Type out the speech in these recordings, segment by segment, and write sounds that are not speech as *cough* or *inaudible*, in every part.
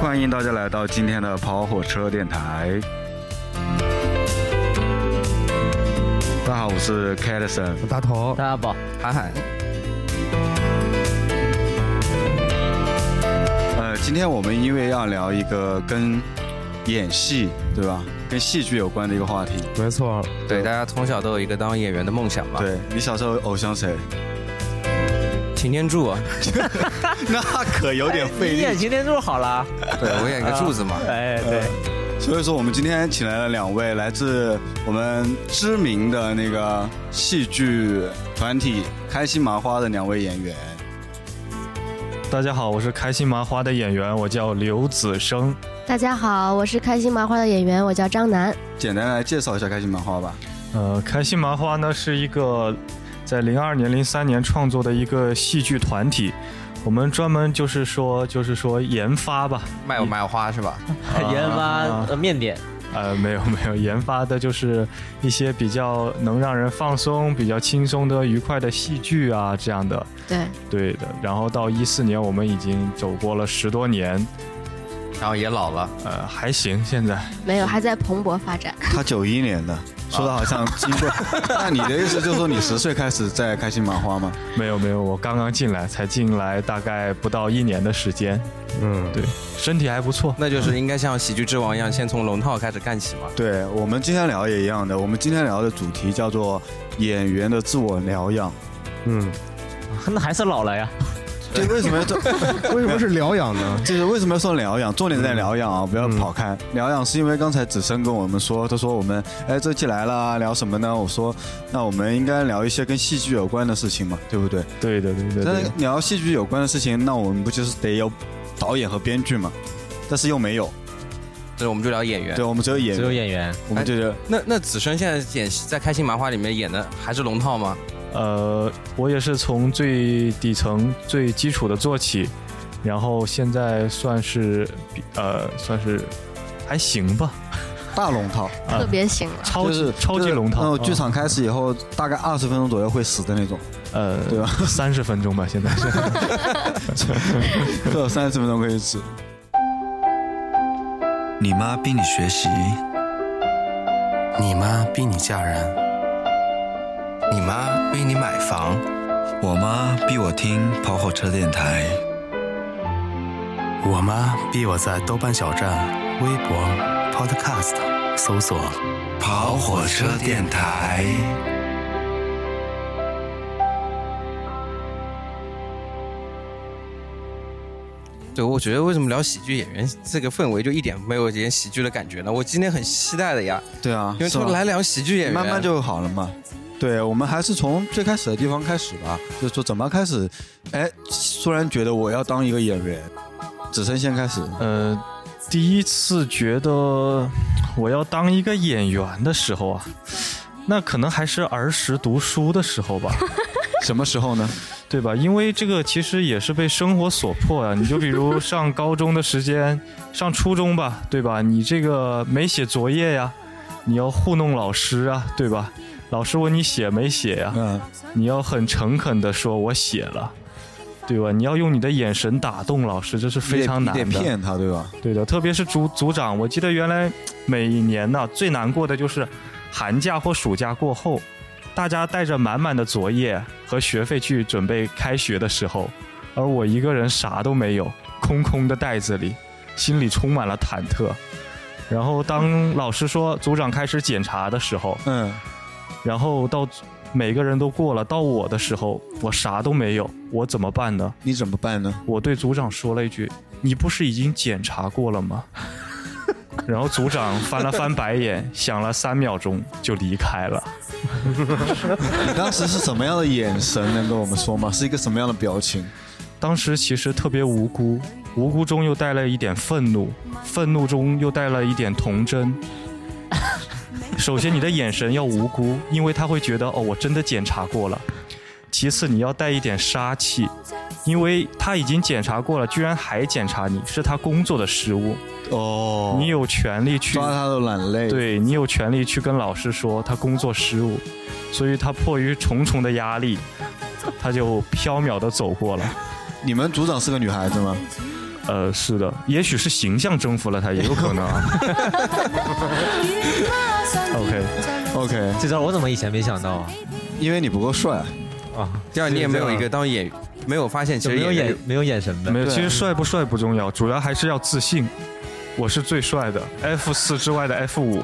欢迎大家来到今天的跑火车电台。大家好，我是 c a l i s o n 大头，大家好，涵涵，呃，今天我们因为要聊一个跟演戏，对吧？跟戏剧有关的一个话题。没错，对，嗯大家从小都有一个当演员的梦想嘛。，对你小时候偶像谁？擎天柱， *laughs* 啊那可有点费你演力。擎天柱好了，对我演一个柱子嘛。哎，对，啊呃所以说，我们今天请来了两位来自我们知名的那个戏剧团体开心麻花的两位演员。大家好，我是开心麻花的演员，我叫刘子生。大家好，我是开心麻花的演员，我叫张楠。简单来介绍一下开心麻花吧。呃，开心麻花呢是一个在零二年、零三年创作的一个戏剧团体，我们专门就是说，就是说研发吧，卖有卖花是吧？啊 *laughs* 研发啊呃面点，呃，没有没有，研发的就是一些比较能让人放松、比较轻松的、愉快的戏剧啊这样的，对，对的。然后到一四年，我们已经走过了十多年，然后也老了，呃，还行，现在没有，还在蓬勃发展。他九一年的，说的好像经 *laughs* 过。那你的意思就是说，你十岁开始在开心麻花吗？没有没有，我刚刚进来，才进来大概不到一年的时间。嗯，对，身体还不错。那就是应该像喜剧之王一样，先从龙套开始干起嘛。对，我们今天聊也一样的。我们今天聊的主题叫做演员的自我疗养。嗯，那还是老了呀。这为什么要 *laughs* 这？为什么是疗养呢？ *laughs* 就是为什么要说疗养？重点在疗养啊，不要跑开。疗养是因为刚才子生跟我们说，他说我们哎这期来了，聊什么呢？我说那我们应该聊一些跟戏剧有关的事情嘛，对不对？对的，对的，但是对的。聊戏剧有关的事情，那我们不就是得有导演和编剧嘛？但是又没有，所以我们就聊演员对，。我们只有演只员有演员，我们就是那那子生现在演在开心麻花里面演的还是龙套吗？呃，我也是从最底层、最基础的做起，然后现在算是比呃，算是还行吧，大龙套，啊特别行了，超就级、是超级龙套。然后啊剧场开始以后，大概二十分钟左右会死的那 *laughs* 种，呃，对吧？三十分钟吧，现在 *laughs* 是。都有三十分钟可以死。你妈逼你学习，你妈逼你嫁人，你妈逼你买房，我妈逼我听跑火车电台。我妈逼我在豆瓣小站、微博、Podcast 搜索跑火车电台，对，我觉得为什么聊喜剧演员这个氛围就一点没有演喜剧的感觉呢？我今天很期待的呀，对啊，因为是他吧们来聊喜剧演员，慢慢就好了嘛。对，我们还是从最开始的地方开始吧，就是说怎么开始，哎，突然觉得我要当一个演员，子琛先开始，呃，第一次觉得我要当一个演员的时候啊，那可能还是儿时读书的时候吧。什么时候 *laughs* 呢？对吧？因为这个其实也是被生活所迫啊。你就比如上高中的时间，上初中吧，对吧？你这个没写作业呀，你要糊弄老师啊，对吧？老师问你写没写呀，嗯，你要很诚恳的说我写了，对吧？你要用你的眼神打动老师，这是非常你难得你得的。骗他，对吧？对的，特别是组组长，我记得原来每年呢、最难过的就是寒假或暑假过后，大家带着满满的作业和学费去准备开学的时候，而我一个人啥都没有，空空的袋子里，心里充满了忐忑。然后当老师说组长开始检查的时候，嗯，然后到每个人都过了，到我的时候，我啥都没有，我怎么办呢？你怎么办呢？我对组长说了一句：“你不是已经检查过了吗？” *laughs* 然后组长翻了翻白眼，想了三秒钟就离开了。你当时是什么样的眼神，能跟我们说吗？是一个什么样的表情？当时其实特别无辜，无辜中又带了一点愤怒，愤怒中又带了一点童真。首先，你的眼神要无辜，因为他会觉得哦，我真的检查过了。其次，你要带一点杀气，因为他已经检查过了，居然还检查你，是他工作的失误，哦你有权利去抓他的软肋，，对你有权利去跟老师说他工作失误，所以他迫于重重的压力，他就飘渺的走过了。 *laughs* 你们组长是个女孩子吗？呃，是的，也许是形象征服了他，也有可能啊。OK， OK，这招我怎么以前没想到啊？因为你不够帅，啊，第二，你也没有一个当演员，没有发现其哦就实没有演眼员没有眼神的没，有，对其实帅不帅不重要，主要还是要自信。我是最帅的，F 四之外的 *laughs* F 五。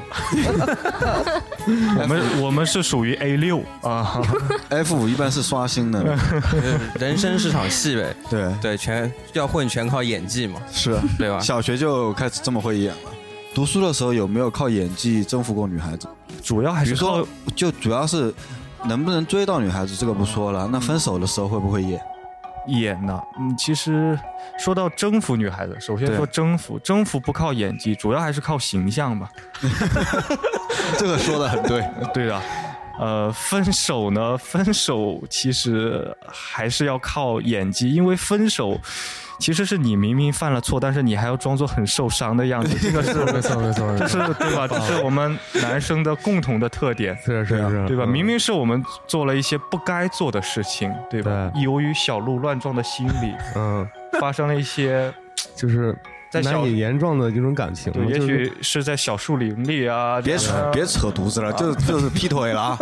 我们我们是属于 A 六 *laughs* 啊， F 五一般是刷新的， *laughs* 人生是场戏呗，对，对，全要混全靠演技嘛，是啊 *laughs* 对吧？小学就开始这么会演了。读书的时候有没有靠演技征服过女孩子？主要还比是如靠说，就主要是能不能追到女孩子，这个不说嗯了。那分手的时候会不会演？ *laughs* 演呐、嗯，其实说到征服女孩子，首先对说征服，征服不靠演技，主要还是靠形象吧。这个说的很 *laughs* 对，对的，呃，分手呢， *laughs* 分手其实还是要靠演技，因为分手其实是你明明犯了错，但是你还要装作很受伤的样子，这个是。 *laughs* 没错没错，这是对吧？这是我们男生的共同的特点，是是是，对吧？嗯明明是我们做了一些不该做的事情，对吧？由于小鹿乱撞的心理，嗯，发生了一些就是在小难以言状的一种感情对，，也就是许嗯是在小树林里啊，别这样扯啊别扯犊子了，就就是劈腿 *laughs* 了啊！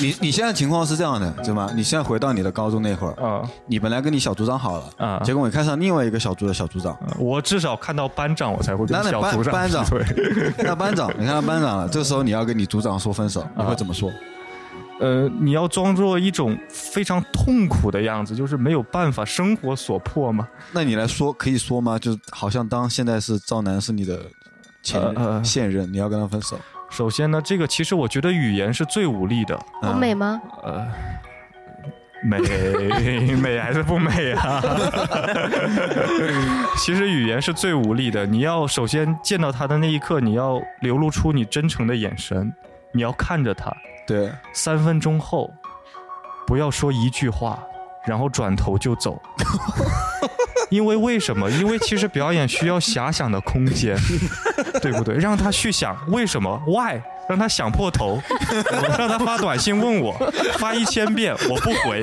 你你现在情况是这样的，对吗？你现在回到你的高中那会儿，啊你本来跟你小组长好了，啊！结果你看上另外一个小组的小组长，我至少看到班长，我才会跟那那小组班班长对，那班长，你看到班长了，这时候你要跟你组长说分手，你会怎么说？ *laughs* 呃，你要装作一种非常痛苦的样子，就是没有办法，生活所迫嘛。那你来说可以说吗？就好像当现在是赵楠是你的前呃呃呃现任，你要跟他分手，首先呢，这个其实我觉得语言是最无力的，我嗯美吗？呃，美 *laughs* 美还是不美啊？ *laughs* 其实语言是最无力的。你要首先见到他的那一刻，你要流露出你真诚的眼神，你要看着他，对，三分钟后不要说一句话，然后转头就 *laughs* 走。因为为什么？因为其实表演需要遐想的空 *laughs* 间，对不对？让他去想为什么，why，让他想破 *laughs* 头，让他发短信问我，发一千遍我不回，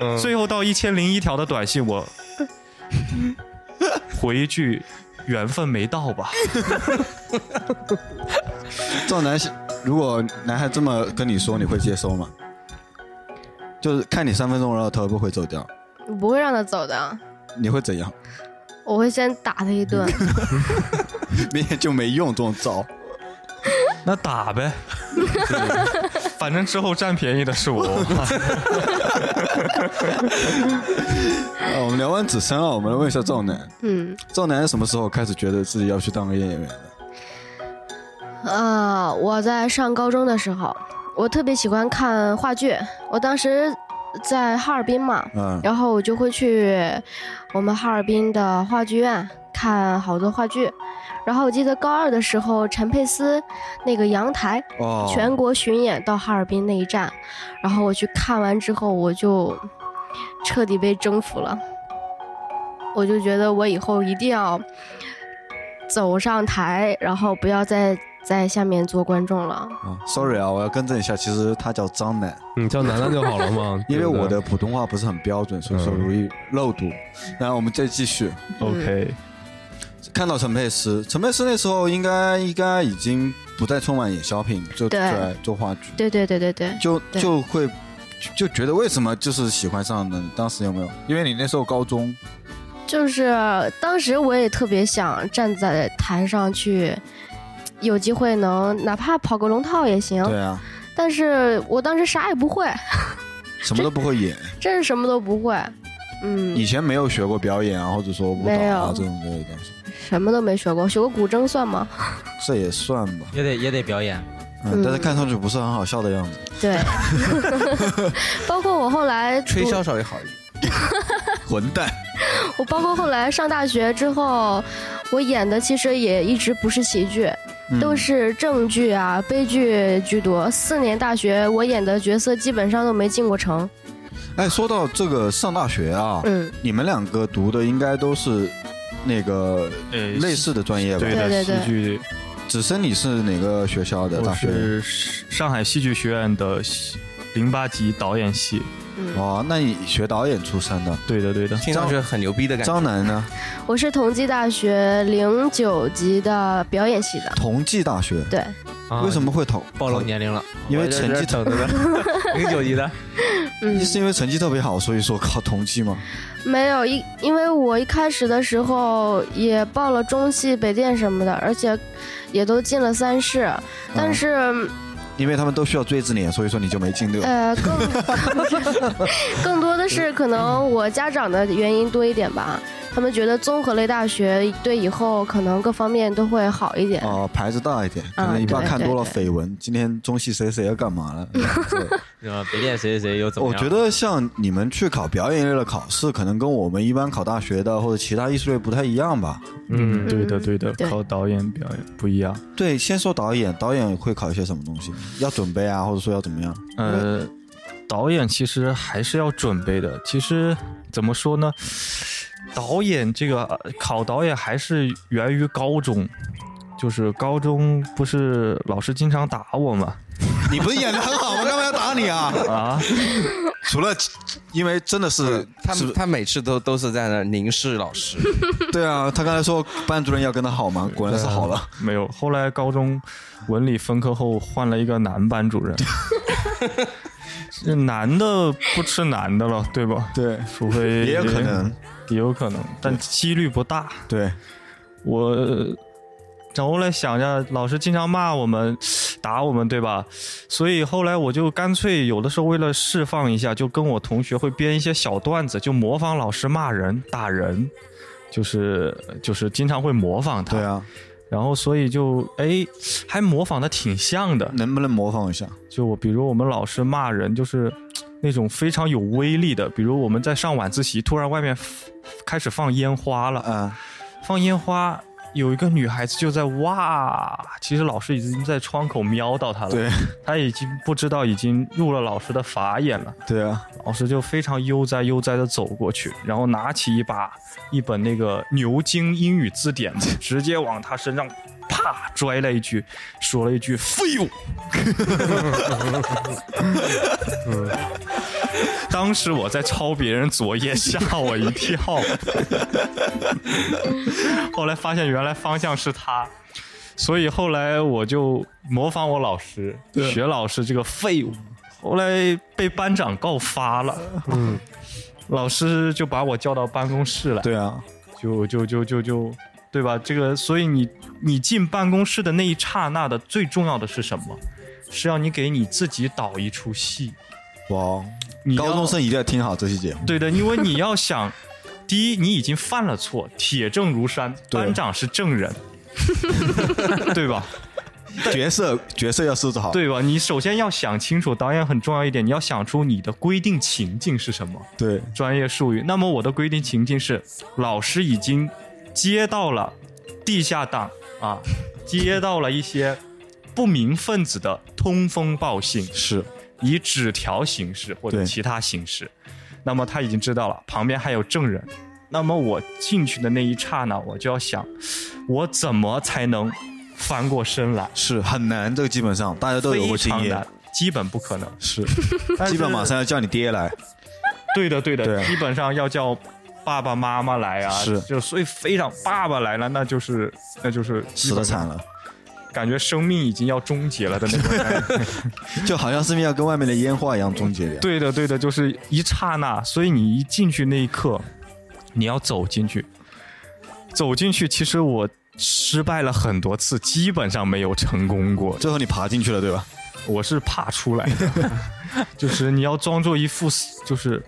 嗯最后到一千零一条的短信我回一句缘分没到吧，赵楠，如果男孩这么跟你说，你会接收吗？就是看你三分钟，然后头也不回走掉，我不会让他走的，你会怎样？ *laughs* 我会先打他一顿。明天就没用这种招，那打呗，反正之后占便宜的是 *laughs* 我。呃，我们聊完子琛啊，我们来问一下赵楠，嗯，赵楠什么时候开始觉得自己要去当个演员的？呃，我在上高中的时候，我特别喜欢看话剧。我当时在哈尔滨嘛，嗯，然后我就会去我们哈尔滨的话剧院看好多话剧。然后我记得高二的时候，陈佩斯那个《阳台》哦，全国巡演到哈尔滨那一站，然后我去看完之后，我就彻底被征服了。我就觉得我以后一定要走上台，然后不要再在下面做观众了。啊，sorry 啊，我要更正一下，其实他叫张楠，，你叫楠楠就嗯好了嘛因为对不对我的普通话不是很标准，所以说嗯容易漏读。然后我们再继续 OK，看到陈佩斯，陈佩斯那时候应该应该已经不在春晚演小品，就对在做话剧，对对对对对，就对就会就就觉得为什么就是喜欢上呢？你当时有没有？因为你那时候高中，就是当时我也特别想站在台上去，有机会能哪怕跑个龙套也行。对啊，但是我当时啥也不会，什么都不会演，真是什么都不会。嗯，以前没有学过表演啊，或者说舞蹈没啊有这种之类的东西，什么都没学过，学过古筝算吗？这也算吧。也得也得表演。嗯，嗯但是看上去不是很好笑的样子。对，包括我后来吹箫稍微好一点。混蛋，我包括后来上大学之后，我演的其实也一直不是喜剧，嗯都是正剧啊、悲剧居多。四年大学，我演的角色基本上都没进过城。哎，说到这个上大学啊，嗯，你们两个读的应该都是那个呃类似的专业吧？对对的，对戏剧，子深，你是哪个学校的我大学？是上海戏剧学院的戏零八级导演系，嗯，哦，那你学导演出身的，对的，对的。听上去很牛逼的感觉。张楠呢？我是同济大学零九级的表演系的，同济大学，对，啊为什么会投？暴露年龄了？因为成绩特， *laughs* 零九 *laughs* 级的，嗯，是因为成绩特别好，所以说考同济吗？没有一，因为我一开始的时候也报了中戏、北电什么的，而且也都进了三试，但是、因为他们都需要追着你，所以说你就没进对吧？呃，更更 *laughs* 多的是可能我家长的原因多一点吧，他们觉得综合类大学对以后可能各方面都会好一点。哦，牌子大一点，可啊能一般对看对多了对绯闻。今天中戏谁谁要干 *laughs* 嘛了？对什么北电谁谁谁又怎么我样？觉得像你们去考表演类的考试，可能跟我们一般考大学的或者其他艺术类不太一样吧？嗯，对的，嗯对的，对考导演表演不一样。对，先说导演，导演会考一些什么东西？要准备啊，或者说要怎么样？ *laughs* 呃，嗯导演其实还是要准备的。其实怎么说呢？导演这个呃考导演还是源于高中，就是高中不是老师经常打我嘛？你不是演的很好吗？干嘛要打你啊？啊，除了因为真的是他嗯是他每次都都是在那凝视老师，对啊，他刚才说班主任要跟他好吗？果然是好了。没有。后来高中文理分科后换了一个男 *laughs* 班主任，这男的不吃男的了，对吧？对，啊除非也有可能，也有可能，但几率不大。对，我然后后来想一下，老师经常骂我们、打我们，对吧？所以后来我就干脆有的时候为了释放一下，就跟我同学会编一些小段子，就模仿老师骂人、打人，就是就是经常会模仿他。对啊，然后所以就哎，还模仿的挺像的。能不能模仿一下？就我比如我们老师骂人，就是那种非常有威力的，比如我们在上晚自习，突然外面开始放烟花了。嗯，放烟花，有一个女孩子就在哇，其实老师已经在窗口瞄到她了，对，她已经不知道已经入了老师的法眼了，对啊，老师就非常悠哉悠哉的走过去，然后拿起一把一本那个牛津英语字典， *laughs* 直接往她身上啪拽了一句，说了一句 “fail”。当 *laughs* 时我在抄别人作业，吓我一跳。 *laughs* 后来发现原来方向是他，所以后来我就模仿我老师，学老师这个废物。后来被班长告发了，嗯，老师就把我叫到办公室来，对啊，就就就就就，对吧？这个，所以你你进办公室的那一刹那的最重要的是什么？是要你给你自己导一出戏。哇，哦你要高中生一定要听好这期节目。对的，因为你要想，第一，你已经犯了错，铁证如山，对班长是证人， *laughs* 对吧？角色角色要设置好。，对吧？你首先要想清楚，导演很重要一点，你要想出你的规定情境是什么，对专业术语。那么我的规定情境是，老师已经接到了地下党 *laughs* 啊，接到了一些不明分子的通风报信，是，以纸条形式或者对其他形式。那么他已经知道了，旁边还有证人。那么我进去的那一刹那，我就要想，我怎么才能翻过身来？是很难，这个基本上大家都有过非经常验难，，基本不可能。是，但是基本马上要叫你爹来， *laughs* 对的，对啊的，对基本上要叫爸爸妈妈来啊，是就所以非常爸爸来了，那就是那就是死的惨了，感觉生命已经要终结了的那种感觉。就好像是要跟外面的烟花一样终结掉。 *laughs* 对的，对的，就是一刹那，所以你一进去那一刻，你要走进去，走进去。其实我失败了很多次，基本上没有成功过。最后你爬进去了，对吧？我是怕出来的， *laughs* 就是你要装作一副死就是。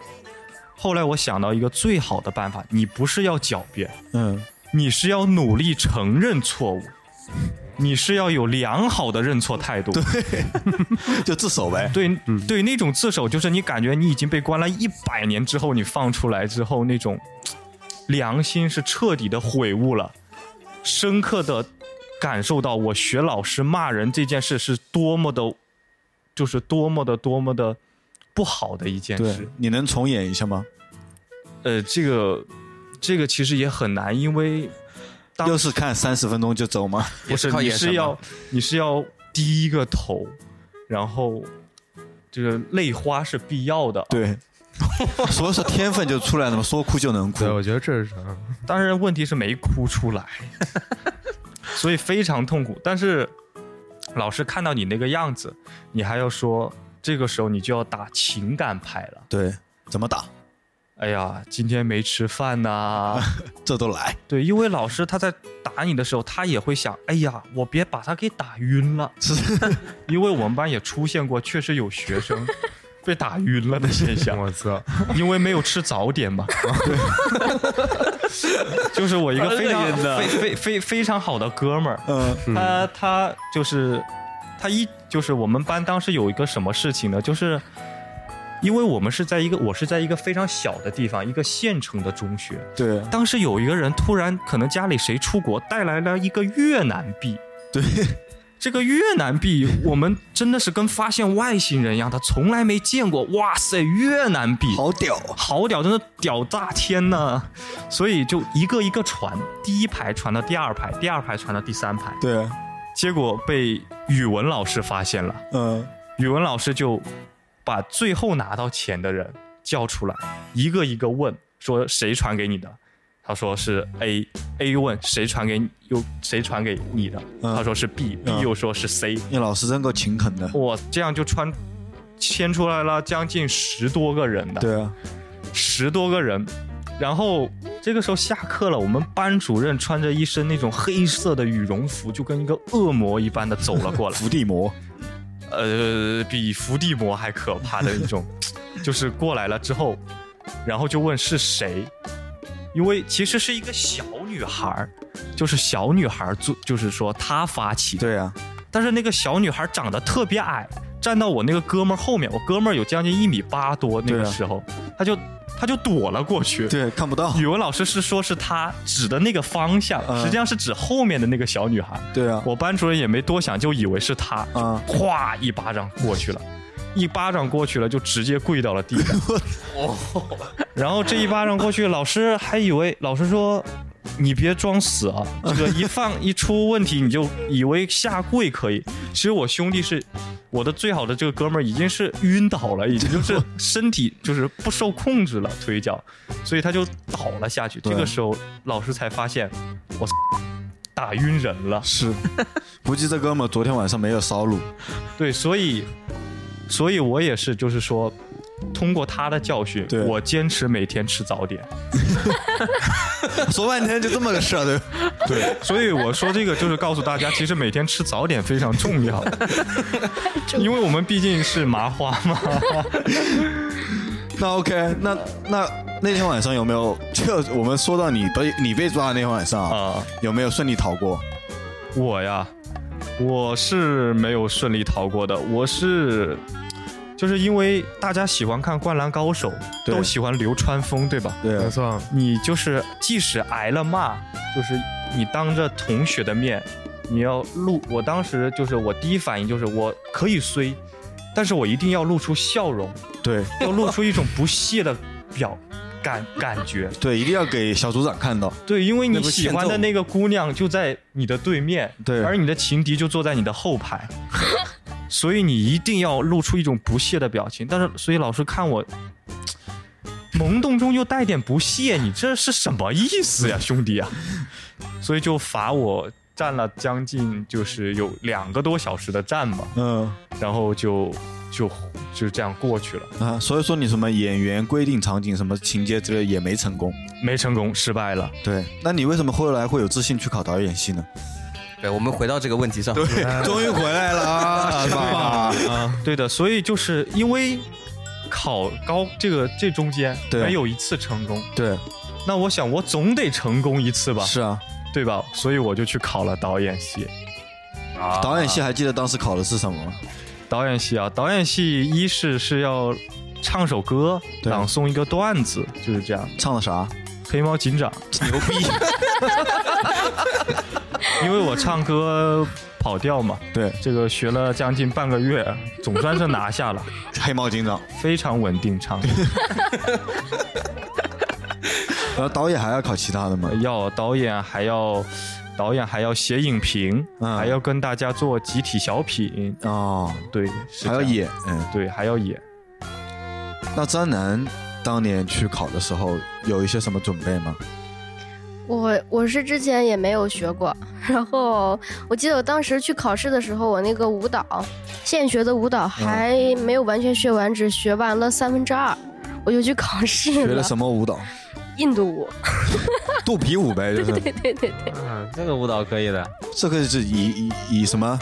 后来我想到一个最好的办法，你不是要狡辩，嗯，你是要努力承认错误，你是要有良好的认错态度。就自首呗。对对，那种自首就是你感觉你已经被关了一百年之后，你放出来之后那种嘖良心是彻底的悔悟了，深刻的感受到我学老师骂人这件事是多么的，就是多么的多么的不好的一件对事。，你能重演一下吗？呃，这个这个其实也很难，因为当又是看三十分钟就走吗？不是，靠你眼神是吗要你是要低一个头，然后这个泪花是必要的。 *laughs* 对，所以说天分就出来了嘛，说哭就能哭对，。我觉得这是嗯啥？但是问题是没哭出 *laughs* 来，所以非常痛苦。但是老师看到你那个样子，你还要说，这个时候你就要打情感牌了。对，怎么打哎呀，今天没吃饭呐、这都来。对，因为老师他在打你的时候，他也会想，哎呀，我别把他给打晕了。 *laughs* 因为我们班也出现过，确实有学生被打晕了的现象。我操！因为没有吃早点嘛。 *laughs* 就是我一个非常非非非非常好的哥们儿，嗯，他他就是他一就是我们班当时有一个什么事情呢？就是因为我们是在一个我是在一个非常小的地方，一个县城的中学。对当时有一个人突然可能家里谁出国带来了一个越南币，对，这个越南币，我们真的是跟发现外星人一样，他从来没见过。哇塞，越南币好屌啊！好屌，真的屌炸天呐！所以就一个一个传，第一排传到第二排，第二排传到第三排，对，结果被语文老师发现了，嗯，语文老师就把最后拿到钱的人叫出来，一个一个问，说谁传给你的？他说是 A，A 问谁传给你，又谁传给你的？嗯他说是 B，B、嗯又说是 C，你老师真够勤恳的。哇，这样就穿牵出来了将近十多个人的。对啊，十多个人，然后这个时候下课了，我们班主任穿着一身那种黑色的羽绒服，就跟一个恶魔一般的走了过来，伏地魔，呃，比伏地魔还可怕的一 *laughs* 种，就是过来了之后，然后就问是谁，因为其实是一个小女孩儿，就是小女孩儿做，就是说她发起的，对啊，但是那个小女孩长得特别矮，站到我那个哥们儿后面，我哥们儿有将近一米八多那对个啊时候，她就她就躲了过去。对，看不到。语文老师是说是他指的那个方向，嗯实际上是指后面的那个小女孩。对啊，我班主任也没多想，就以为是她，啊，哗一巴掌过去了，一巴掌过去了就直接跪到了地上。然后这一巴掌过去，老师还以为老师说。你别装死啊！这个一放一出问题，你就以为下跪可以。其实我兄弟是我的最好的这个哥们儿，已经是晕倒了，已经就是身体就是不受控制了，腿脚，所以他就倒了下去。这对个时候老师才发现，我 *laughs* 打晕人了。是， *laughs* 估计这哥们儿昨天晚上没有 *laughs* 烧录。对，所以，所以我也是，就是说，通过他的教训对，我坚持每天吃早点。说半天就这么个事儿，对吧？对，所以我说这个就是告诉大家，其实每天吃早点非常重要，因为我们毕竟是麻花 *laughs* 嘛。那 OK，那那那天晚上有没有？就我们说到你被你被抓的那天晚上啊，啊、有没有顺利逃过？我呀，我是没有顺利逃过的，我是。就是因为大家喜欢看《灌篮高手》，对都喜欢流川枫，对吧？对没错，你就是即使挨了骂，就是你当着同学的面，你要露。我当时就是我第一反应就是我可以衰，但是我一定要露出笑容，对要露出一种不屑的表感感觉。对，一定要给小组长看到。对，因为那你不是喜欢欠揍的那个姑娘就在你的对面，对而你的情敌就坐在你的 *laughs* 后排，所以你一定要露出一种不屑的表情。但是，所以老师看我萌动中又带点不屑，你这是什么意思呀，*laughs* 兄弟啊？所以就罚我站了将近就是有两个多小时的站吧，嗯然后就就就这样过去了，啊，所以说你什么演员规定场景、什么情节之类也没成功。没成功，失败了。对，那你为什么后来会有自信去考导演系呢？对，我们回到这个问题 *laughs* 上，终于回来了 *laughs* 啊，是吧？对的，所以就是因为考高这个这中间对没有一次成功， *laughs* 对，那我想我总得成功一次吧，是啊，对吧？所以我就去考了导演系。啊导演系还记得当时考的是什么吗？导演系啊，导演系一是是要唱首歌，对朗诵一个段子，就是这样。唱的啥？黑猫警长，牛逼！因为我唱歌跑调嘛， *laughs* 对，这个学了将近半个月，总算是拿下了， *laughs* 黑猫警长。非常稳定唱。然后呃导演还要考其他的吗？要导演还要导演还要写影评，嗯还要跟大家做集体小品，哦，对，是还要这样，演。嗯，对，还要演。那张楠当年去考的时候有一些什么准备吗？我我是之前也没有学过，然后我记得我当时去考试的时候，我那个舞蹈现学的舞蹈还没有完全学完，只学完了三分之二，我就去考试学了什么舞蹈？印度舞，肚皮舞呗，就是 *laughs* 对对对对，嗯，这个舞蹈可以的，这个是以以以什么？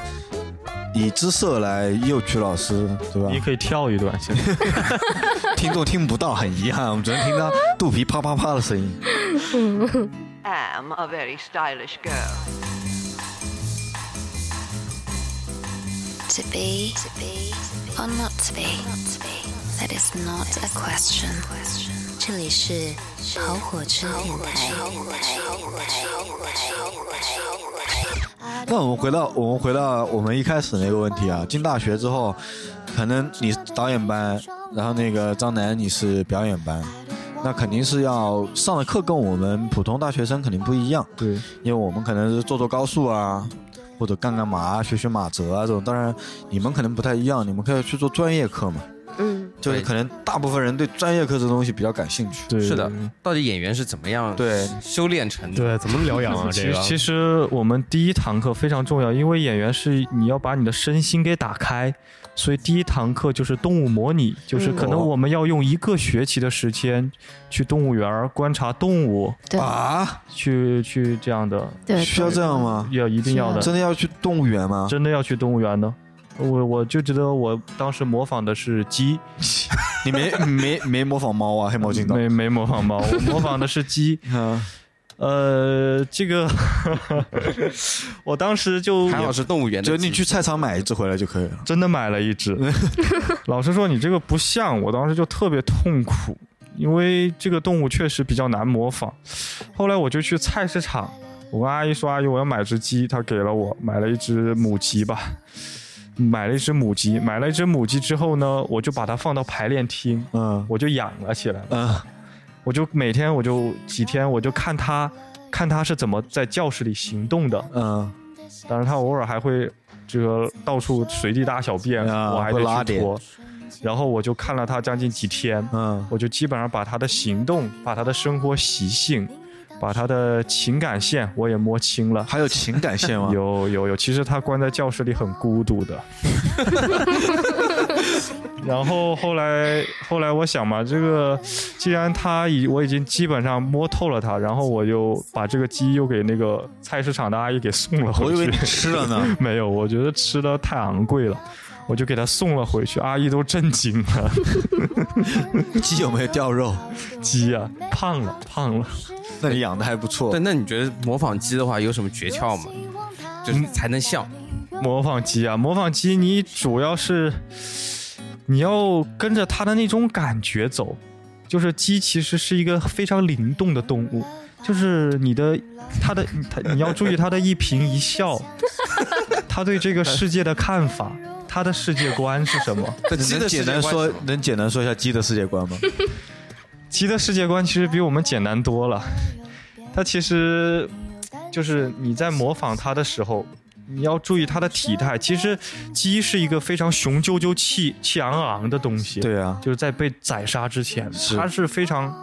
以姿色来诱取老师，对吧你？可以跳一段，*laughs* 现在听众听不到，很遗憾，我们只能听到肚皮啪啪啪的声音。 am a very stylish girl. To be, to be, or not to be, that is not a question. 这里是好火车电台。那我们回到我们回到我们一开始那个问题啊，进大学之后，可能你是导演班，然后那个张楠你是表演班，那肯定是要上的课跟我们普通大学生肯定不一样，对，因为我们可能是做做高数啊，或者干干嘛啊、学学马哲啊这种，当然你们可能不太一样，你们可以去做专业课嘛，嗯，就是对可能大部分人对专业课这东西比较感兴趣，对是的，到底演员是怎么样对，修炼成的？对，怎么疗养啊？ *laughs* 其这实个其实我们第一堂课非常重要，因为演员是你要把你的身心给打开，所以第一堂课就是动物模拟，就是可能哦我们要用一个学期的时间去动物园儿观察动物，对啊，去去这样的，对，需要这样吗？要一定要的，啊真的要去动物园吗？真的要去动物园的。我我就觉得我当时模仿的是鸡， *laughs* 你没没没模仿猫啊，黑猫警长。没没模仿猫，我模仿的是鸡。 *laughs* 嗯，呃，这个我当时就还好是动物园的就鸡，你去菜场买一只回来就可以了。真的买了一只。老实说，你这个不像，我当时就特别痛苦，因为这个动物确实比较难模仿。后来我就去菜市场，我跟阿姨说：“阿姨，我要买只鸡。”她给了我买了一只母鸡吧，买了一只母鸡。买了一只母鸡之后呢，我就把它放到排练厅，嗯我就养了起来了。嗯，我就每天我就几天我就看它，看它是怎么在教室里行动的。嗯，当然他偶尔还会这个到处随地大小便，啊我还会拉得去点拖。然后我就看了他将近几天，嗯，我就基本上把他的行动、把他的生活习性、把他的情感线我也摸清 *laughs* 了。还有情感线吗？有有有，其实他关在教室里很孤 *laughs* 独的。然后后来后来我想嘛，这个既然他已我已经基本上摸透了他，然后我又把这个鸡又给那个菜市场的阿姨给送了回我去。以为 *laughs* 你吃了呢。没有，我觉得吃的太昂贵了，我就给他送了回去。阿姨都震惊了，鸡有没有掉 *laughs* 肉？鸡呀、胖了，胖了。那你养的还不错 *laughs* 对，。那你觉得模仿鸡的话有什么诀窍吗？就是才能笑，模仿鸡啊，模仿鸡，你主要是你要跟着它的那种感觉走。就是鸡其实是一个非常灵动的动物，就是你的它的它，你要注意它的一颦一笑，它对这个世界的看法，它的世界观是什么。这鸡能的简世界单观是说什么能简单说一下鸡的世界观吗？鸡的世界观其实比我们简单多了。它其实就是你在模仿它的时候，你要注意它的体态。其实鸡是一个非常雄赳赳、气气昂昂的东西，， *laughs* 对啊，就是在被宰杀之前，是它是非常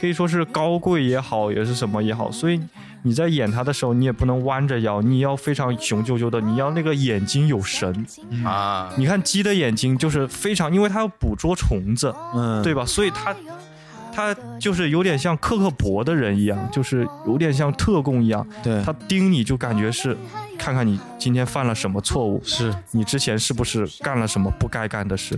可以说是高贵也好，也是什么也好，所以。你在演它的时候，你也不能弯着腰，你要非常雄赳赳的，你要那个眼睛有神。啊，你看鸡的眼睛就是非常，因为它要捕捉虫子，嗯，对吧？所以他他就是有点像克克勃的人一样，就是有点像特工一样，对他盯你就感觉是看看你今天犯了什么错误，是你之前是不是干了什么不该干的事。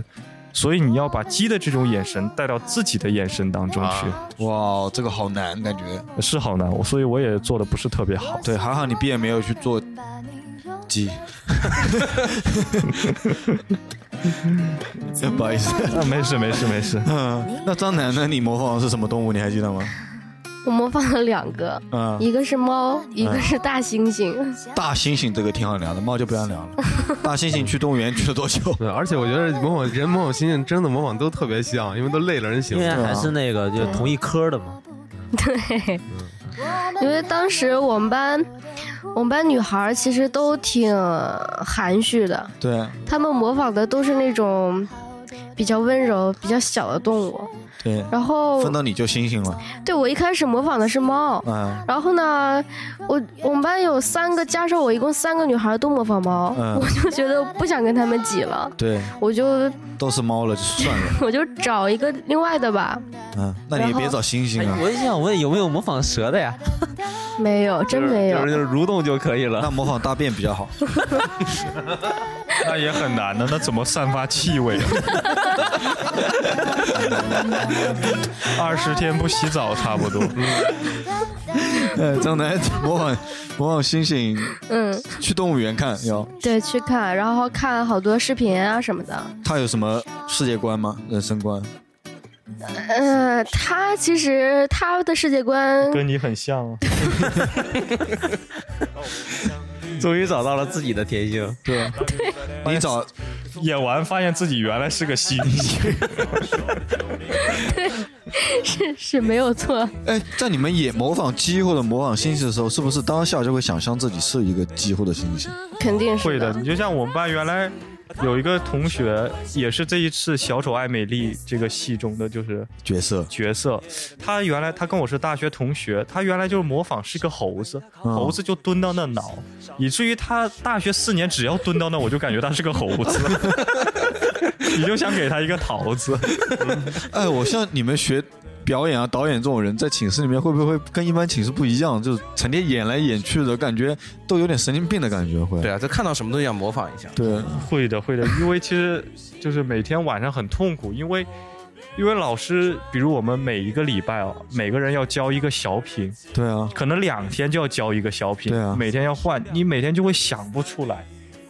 所以你要把鸡的这种眼神带到自己的眼神当中去，啊哇，哦这个好难感觉。是好难。我所以我也做的不是特别好。 *laughs* 对，还好你毕业没有去做鸡。 *laughs* 不好意思， *laughs* 啊，没事没事没事。嗯，那张楠呢？你模仿的是什么动物？你还记得吗？我模仿了两个，嗯，一个是猫，一个是大猩猩，大猩猩这个挺好聊的，猫就不要聊了。大猩猩去动物园去了多久？对，而且我觉得模仿人模仿猩猩真的模仿都特别像，因为都累了人形因。为对啊还是那个就同一科的嘛。对。因为当时我们班，我们班女孩儿其实都挺含蓄的，对，他们模仿的都是那种比较温柔、比较小的动物，对，然后分到你就星星了，对我一开始模仿的是猫，啊，然后呢，我我们班有三个，加上我一共三个女孩都模仿猫，嗯我就觉得不想跟她们挤了，对，我就都是猫了就算了，我就找一个另外的吧，嗯，那你也别找星星啊，哎我也想问有没有模仿蛇的呀？没有，真没有啊就，是就是蠕动就可以那了。模仿大便比较好，那也很难的，那怎么散发气味啊？ *laughs* 二十天不洗澡差不多。呃，张楠 *laughs* 模仿模仿星星嗯，去动物园看，要对，去看，然后看好多视频啊什么的，他有什么世界观吗？人生观？呃，他其实他的世界观 *laughs* 跟你很像啊，终于找到了自己的天性，嗯对，你找演完发现自己原来是个猩猩，是 *laughs* 是没有错，哎，在你们也模仿鸡或者模仿猩猩的时候，是不是当下就会想象自己是一个鸡或者猩猩？ *laughs* 肯定是 *laughs* 会的。你就像我们班原来有一个同学，也是这一次《小丑爱美丽》这个戏中的就是角色？角色，他原来他跟我是大学同学，他原来就是模仿是个猴子，嗯猴子就蹲到那挠，以至于他大学四年只要蹲到那，我就感觉他是个猴子， *laughs* 你就想给他一个桃子。哎，我像你们学表演啊、导演这种人，在寝室里面会不会跟一般寝室不一样？就是成天演来演去的感觉，都有点神经病的感觉会。对啊，这看到什么都想模仿一下。对，啊会的，会的，因为其实就是每天晚上很痛苦，因为因为老师，比如我们每一个礼拜哦，每个人要交一个小品，对啊，可能两天就要交一个小品，对啊每天要换，你每天就会想不出来，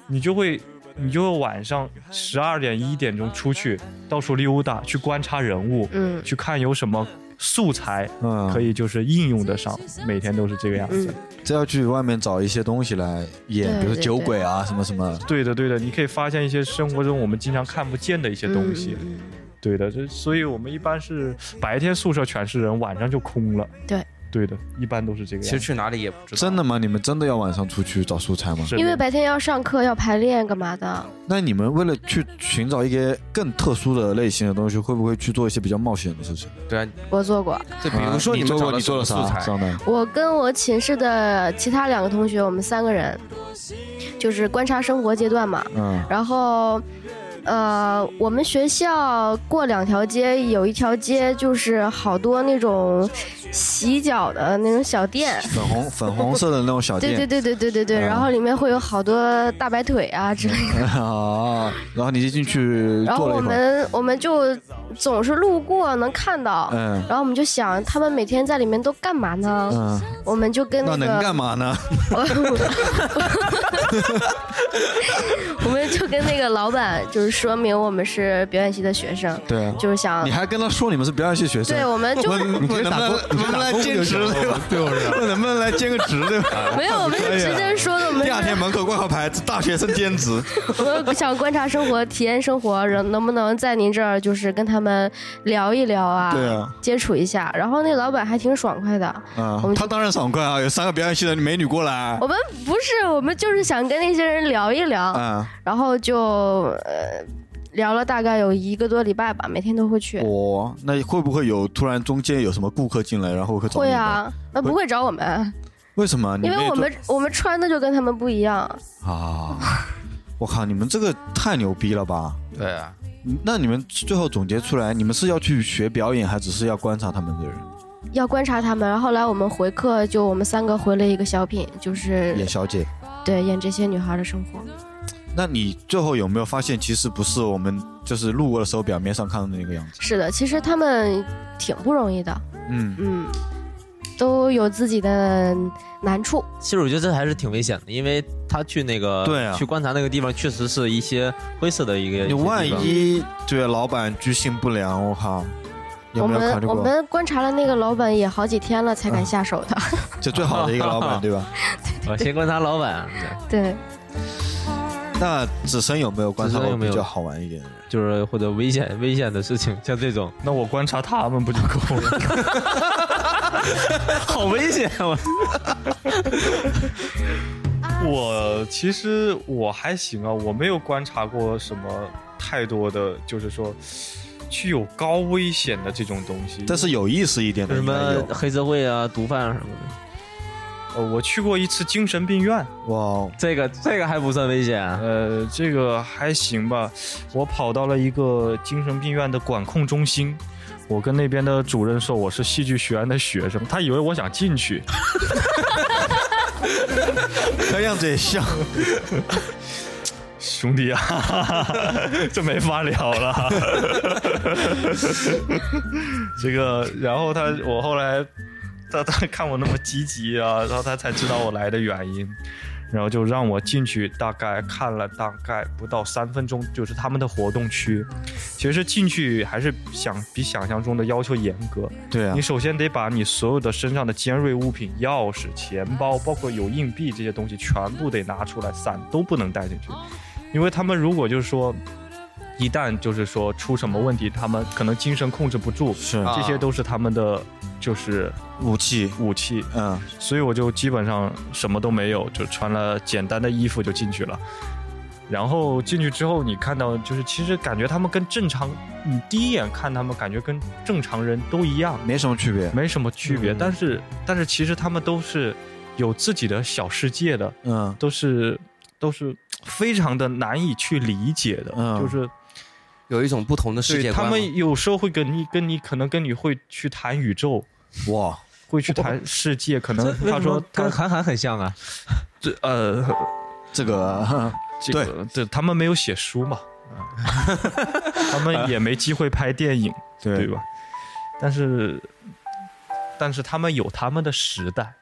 你就会你就会晚上十二点一点钟出去到处溜达，去观察人物，嗯去看有什么素材嗯，可以就是应用得上，每天都是这个样子。嗯，这要去外面找一些东西来演，对比如说对酒对鬼啊什么什么。对的，对的，你可以发现一些生活中我们经常看不见的一些东西。嗯对的，这所以我们一般是白天宿舍全是人，晚上就空了。对，对的，一般都是这个其样实子。去哪里也不知道。真的吗？你们真的要晚上出去找素材吗？是的因为白天要上课，要排练干嘛的，那你们为了去寻找一些更特殊的类型的东西，会不会去做一些比较冒险的事情？对啊，我做过。就比如说啊你们做找过到你做了什啥嗯么素材？张楠？我跟我寝室的其他两个同学，我们三个人，就是观察生活阶段嘛。嗯然后，呃，我们学校过两条街，有一条街就是好多那种洗脚的那种小店。粉红粉红色的那种小对店，对对对对对嗯对，然后里面会有好多大白腿啊之类的， *laughs* 啊，然后你就进去然后坐了我一会儿，们我们就总是路过能看到，嗯然后我们就想他们每天在里面都干嘛呢？嗯，我们就跟那那能个干嘛呢？ *laughs* 我们就跟那个老板就是说明我们是表演系的学生， *laughs* 对啊，就是想你，还跟他说你们是表演系学生嗯对，，我们就我能不能能不能来兼职对吧？对我 *laughs* 能不能来兼个职对吧？没有，我们就直接说 *laughs* 的，我们啊 *laughs* 第二天门口挂号牌，大学生兼 *laughs* 职，我们想观察生活，体验生活，能能不能在您这儿就是跟他们聊一聊啊，对 *laughs* 啊，接触一下。然后那老板还挺爽快的，我嗯，们他当然爽快啊，有三个表演系的美女过来 *laughs* 我，们不是，我们就是想跟那些人聊一聊，嗯，然后就呃聊了大概有一个多礼拜吧，每天都会去。哦我那会不会有突然中间有什么顾客进来，然后会找你会们？啊，那不会找我们，为什么？你因为也我做们我们穿的就跟他们不一样。啊， *laughs* 我靠，你们这个太牛逼了吧！对啊，那你们最后总结出来，你们是要去学表演，还只是要观察他们的人要观察他们。然后后来我们回课，就我们三个回了一个小品，就是演小姐？对演这些女孩的生活。那你最后有没有发现，其实不是我们就是路过的时候表面上看到的那个样子？是的，其实他们挺不容易的，嗯，嗯，都有自己的难处。其实我觉得这还是挺危险的，因为他去那个对啊去观察那个地方，确实是一些灰色的一个。你些地万方一对老板居心不良，我靠，有我没有们考虑我过？们观察了那个老板也好几天了，才敢下手的。 *laughs* 就最好的一个老板，对 *laughs* 吧？我啊先观察老板， *laughs* 对对，那子生有没有观察子过生有没比有较好玩一点的人？就是或者危险危险的事情，像这种那我观察他们不就够了？好危险啊！ *laughs* 我其实我还行啊，我没有观察过什么太多的，就是说具有高危险的这种东西。但是有意思一点的什应该么有黑社会啊、毒贩啊什么的。呃，我去过一次精神病院。哇，哦这个这个还不算危险、啊呃，这个还行吧。我跑到了一个精神病院的管控中心，我跟那边的主任说我是戏剧学院的学生，他以为我想进去。看样子也像。兄弟啊， *laughs* 这没法聊了。 *laughs* 这个，然后他，我后来，他他看我那么积极啊，然后他才知道我来的原因，然后就让我进去，大概看了大概不到三分钟，就是他们的活动区。其实进去还是想比想象中的要求严格。 *laughs* 对啊你首先得把你所有的身上的尖锐物品、钥匙、钱包，包括有硬币这些东西，全部得拿出来，伞都不能带进去，因为他们如果就是说。一旦就是说出什么问题，他们可能精神控制不住，是这些都是他们的就是武器武器，嗯，所以我就基本上什么都没有，就穿了简单的衣服就进去了。然后进去之后，你看到就是其实感觉他们跟正常，你第一眼看他们感觉跟正常人都一样，没什么区别，没什么区别。但是但是其实他们都是有自己的小世界的，嗯，都是都是非常的难以去理解的，嗯就是有一种不同的世界对观他嘛。们有时候会跟你跟你可能跟你会去谈宇宙，哇，会去谈世界，可能这为他什说么跟韩寒很像啊，这呃，这个 *laughs* 这个对他们没有写书嘛，他们也没机会拍电影， *laughs* 对吧？但是但是他们有他们的时代，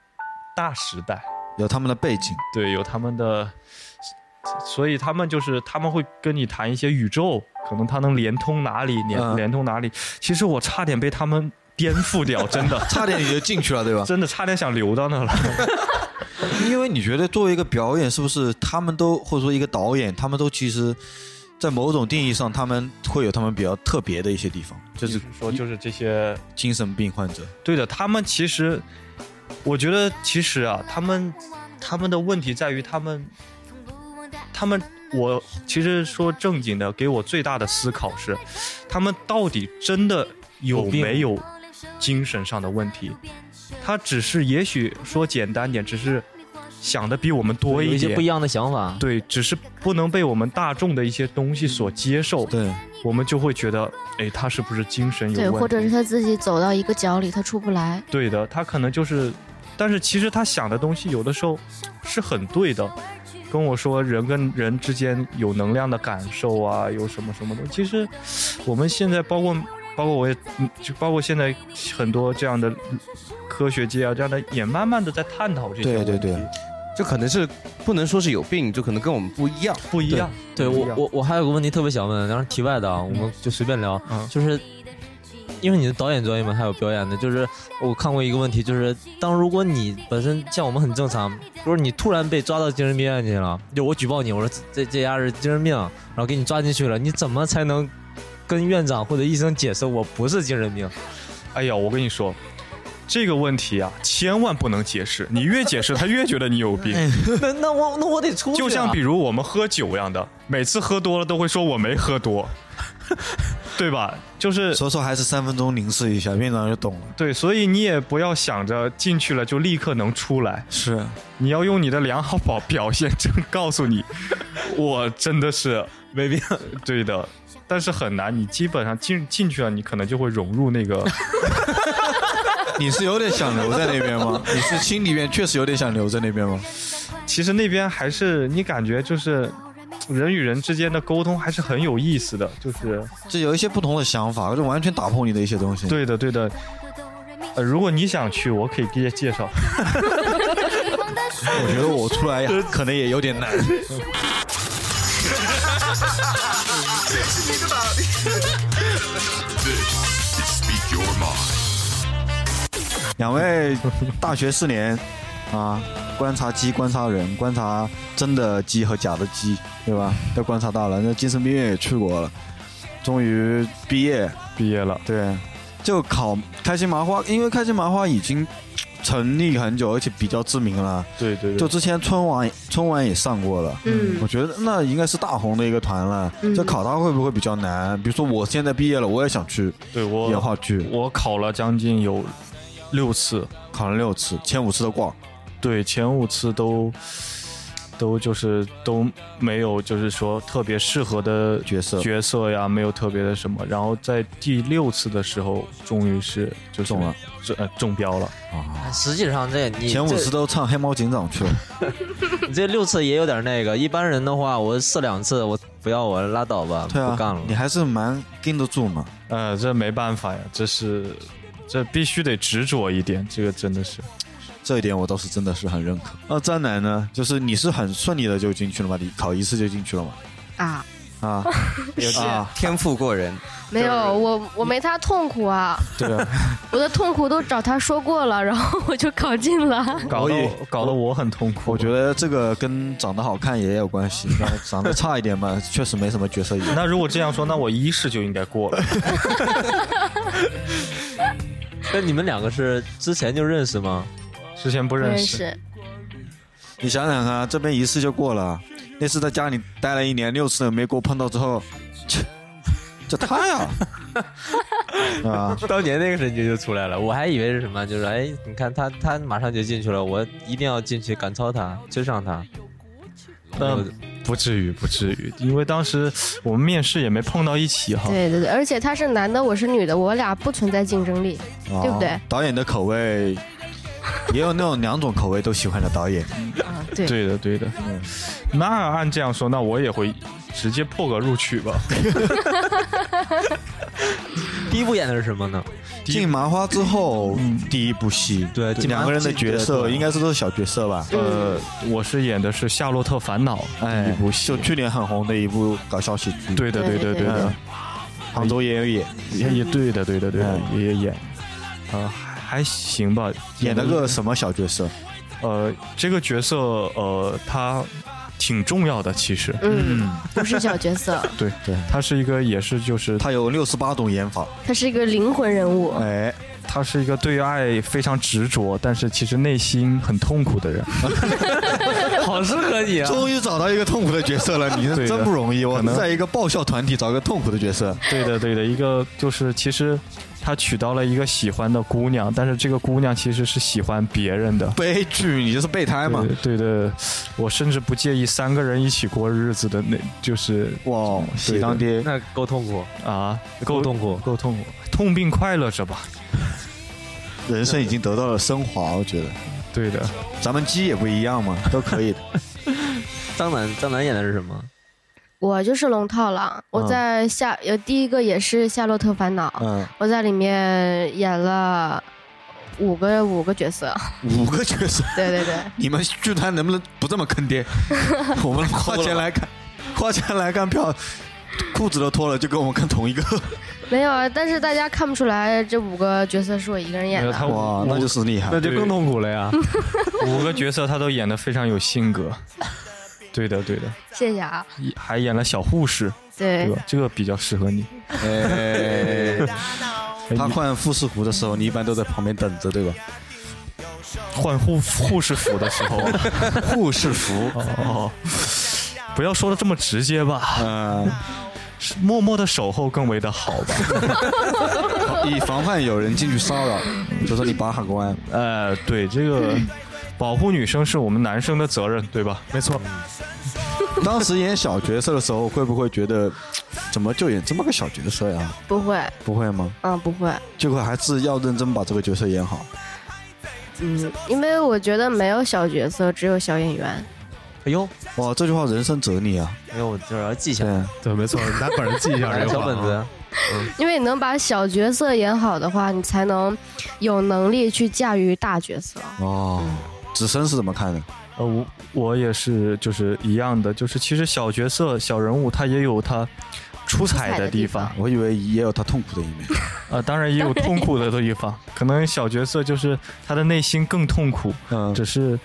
大时代，有他们的背景，对，有他们的，所以他们就是他们会跟你谈一些宇宙，可能他能连通哪里，连、嗯连通哪里。其实我差点被他们颠覆掉，*laughs* 真的，差点你就进去了， *laughs* 对吧？真的差点想留到那了。因为你觉得作为一个表演，是不是他们都或者说一个导演，他们都其实，在某种定义上，他们会有他们比较特别的一些地方，就是说就是这些精神病患者。对的，他们其实，我觉得其实啊，他们他们的问题在于他们，他们我其实说正经的，给我最大的思考是，他们到底真的有有病没有精神上的问题？他只是也许说简单点，只是想的比我们多有一一些点，不一样的想法。对，只是不能被我们大众的一些东西所接嗯受。对，我们就会觉得，哎，他是不是精神有对，问题？或者是他自己走到一个角里，他出不来。对的，他可能就是，但是其实他想的东西有的时候是很对的。跟我说人跟人之间有能量的感受啊，有什么什么的。其实我们现在包括包括我也嗯就包括现在很多这样的科学界啊，这样的也慢慢的在探讨这些问题。就可能是不能说是有病，就可能跟我们不一样，不一样对不一我样我我还有个问题特别想问，然后题外的啊，我们就随便聊，嗯就是因为你是导演专业嘛，还有表演的，就是我看过一个问题，就是当如果你本身像我们很正常，如果你突然被抓到精神病院去了，就我举报你，我说这这家是精神病，然后给你抓进去了，你怎么才能跟院长或者医生解释我不是精神病？哎呀，我跟你说，这个问题啊，千万不能解释，你越解释他越觉得你有病。那那我那我得出去、啊，就像比如我们喝酒一样的，每次喝多了都会说我没喝多，对吧？就是所以说还是三分钟凝视一下，院长就懂了。对，所以你也不要想着进去了就立刻能出来，是你要用你的良好表表现证告诉你，我真的是没病。对的，但是很难，你基本上进进去了，你可能就会融入那个。你是有点想留在那边吗？ *laughs* 你是心里面确实有点想留在那边吗？其实那边还是你感觉就是人与人之间的沟通还是很有意思的，就是就有一些不同的想法，就完全打破你的一些东西。对的对的。呃，如果你想去，我可以给你介绍。 *laughs* 我觉得我出 *laughs* 来可能也有点难。 *laughs* 两位大学四年啊，观察鸡、观察人、观察真的鸡和假的鸡，对吧？都观察到了。那精神病院也去过了，终于毕业，毕业了。对，就考开心麻花，因为开心麻花已经成立很久，而且比较知名了。对对对，就之前春晚春晚也上过了，嗯我觉得那应该是大红的一个团了。嗯这考他会不会比较难？比如说我现在毕业了，我也想去对我演话剧，我考了将近有六次，考了六次，前五次都挂。对，前五次都都就是都没有，就是说特别适合的角色角色呀，没有特别的什么。然后在第六次的时候，终于是就是中了，中呃中标了。实际上这你啊前五这次都唱黑猫警长去了。你这六次也有点那个。一般人的话，我试两次，我不要我拉倒吧，对不干啊了，。你还是蛮跟得住嘛。呃，这没办法呀，这是这必须得执着一点，这个真的是。这一点我倒是真的是很认可。那张楠呢？就是你是很顺利的就进去了吗？你考一次就进去了吗？啊， *laughs* 啊，啊，天赋过人，没有我我没他痛苦啊，对 *laughs* 啊，我的痛苦都找他说过了，然后我就考进了。搞得我也我搞得我很痛苦。我觉得这个跟长得好看也有关 *laughs* 系，那长得差一点嘛，确实没什么角色演。那如果这样说，那我一试就应该过了。那你们两个是之前就认识吗？之前不不认认识，识，你想想啊，这边一次就过了，那次在家里待了一年六次没给我碰到之后，切， *laughs* 这他 *laughs* 呀，啊， *laughs* 当年那个神经就出来了，我还以为是什么，就是哎，你看他他马上就进去了，我一定要进去赶超他，追上他。嗯，不至于，不至于，因为当时我们面试也没碰到一起哈。对对对，而且他是男的，我是女的，我俩不存在竞争力。对不对？啊导演的口味也有那种两种口味都喜欢的导演，啊，对，对的，对的。嗯那按这样说，那我也会直接破格录取吧。第一部演的是什么呢？进麻花之后第一部戏，对进麻两个人的角色对对应该是都是小角色吧？呃，我是演的是《夏洛特烦恼》哎，第一部戏。就去年很红的一部搞笑喜剧，对的，对的，对对对嗯的，杭州也有演，也也对的，对的，对的，嗯也也演。呃，还还行吧，演了个什么小角色？呃，这个角色呃，他挺重要的，其实嗯，不是小角 *laughs* 色，对对他是一个也是就是他有六十八种演法，他是一个灵魂人物。嗯哎，他是一个对爱非常执着，但是其实内心很痛苦的人。好适合你 *laughs* 啊！终于找到一个痛苦的角色了，你对的真不容易。我可能在一个爆笑团体找一个痛苦的角色，对的，对的，一个就是其实他娶到了一个喜欢的姑娘，但是这个姑娘其实是喜欢别人的。悲剧，你就是备哎胎嘛对。对的，我甚至不介意三个人一起过日子的那，就是哇，喜对的当爹，那够痛苦，啊，够痛苦。够痛苦，痛并快乐着吧。人生已经得到了升华，我觉得对的，咱们鸡也不一样嘛，都可以的。张楠张楠演的是什么？我就是龙套嗯了，我在夏有第一个也是《夏洛特烦恼》， *laughs* 嗯，我在里面演了五个五个角色。五个角色，对对对，你们剧团能不能不这么坑 *laughs* 爹？我们花钱来看，花钱来看票，裤子都脱了就跟我们看同一个，没有啊，但是大家看不出来这五个角色是我一个人演没有的。他 *laughs* 哇，那就是厉害那。就更痛苦了呀！五个角色他都演得非常有性格。对的，对的，谢谢啊，还演了小护士，对对吧？这个比较适合你。哎， *laughs* 他换富士服的时候，你一般都在旁边等着，对吧？换护护士服的时候啊，护士服，哦，不要说的这么直接吧，嗯，是默默的守候更为的好吧？以防范有人进去骚扰，就说你把海关。呃，对，这个保护女生是我们男生的责任，对吧？没错，当时演小角色的时候，会不会觉得怎么就演这么个小角色呀？不会，不会吗？嗯，不会，这块还是要认真把这个角色演好。嗯，因为我觉得没有小角色，只有小演员。哎呦，哇，这句话人生哲理啊！哎呦，我这要记下对来，啊，对，没错，拿本儿记一下拿这个 *laughs* 小话本啊子。因为你能把小角色演好的话，你才能有能力去驾驭大角色。哦，子生是怎么看的？呃，我我也是，就是一样的，就是其实小角色、小人物他也有他出彩的地方出啊彩、我以为也有他痛苦的一面。呃当然也有痛苦的地方。可能小角色就是他的内心更痛苦， *laughs* 嗯，只是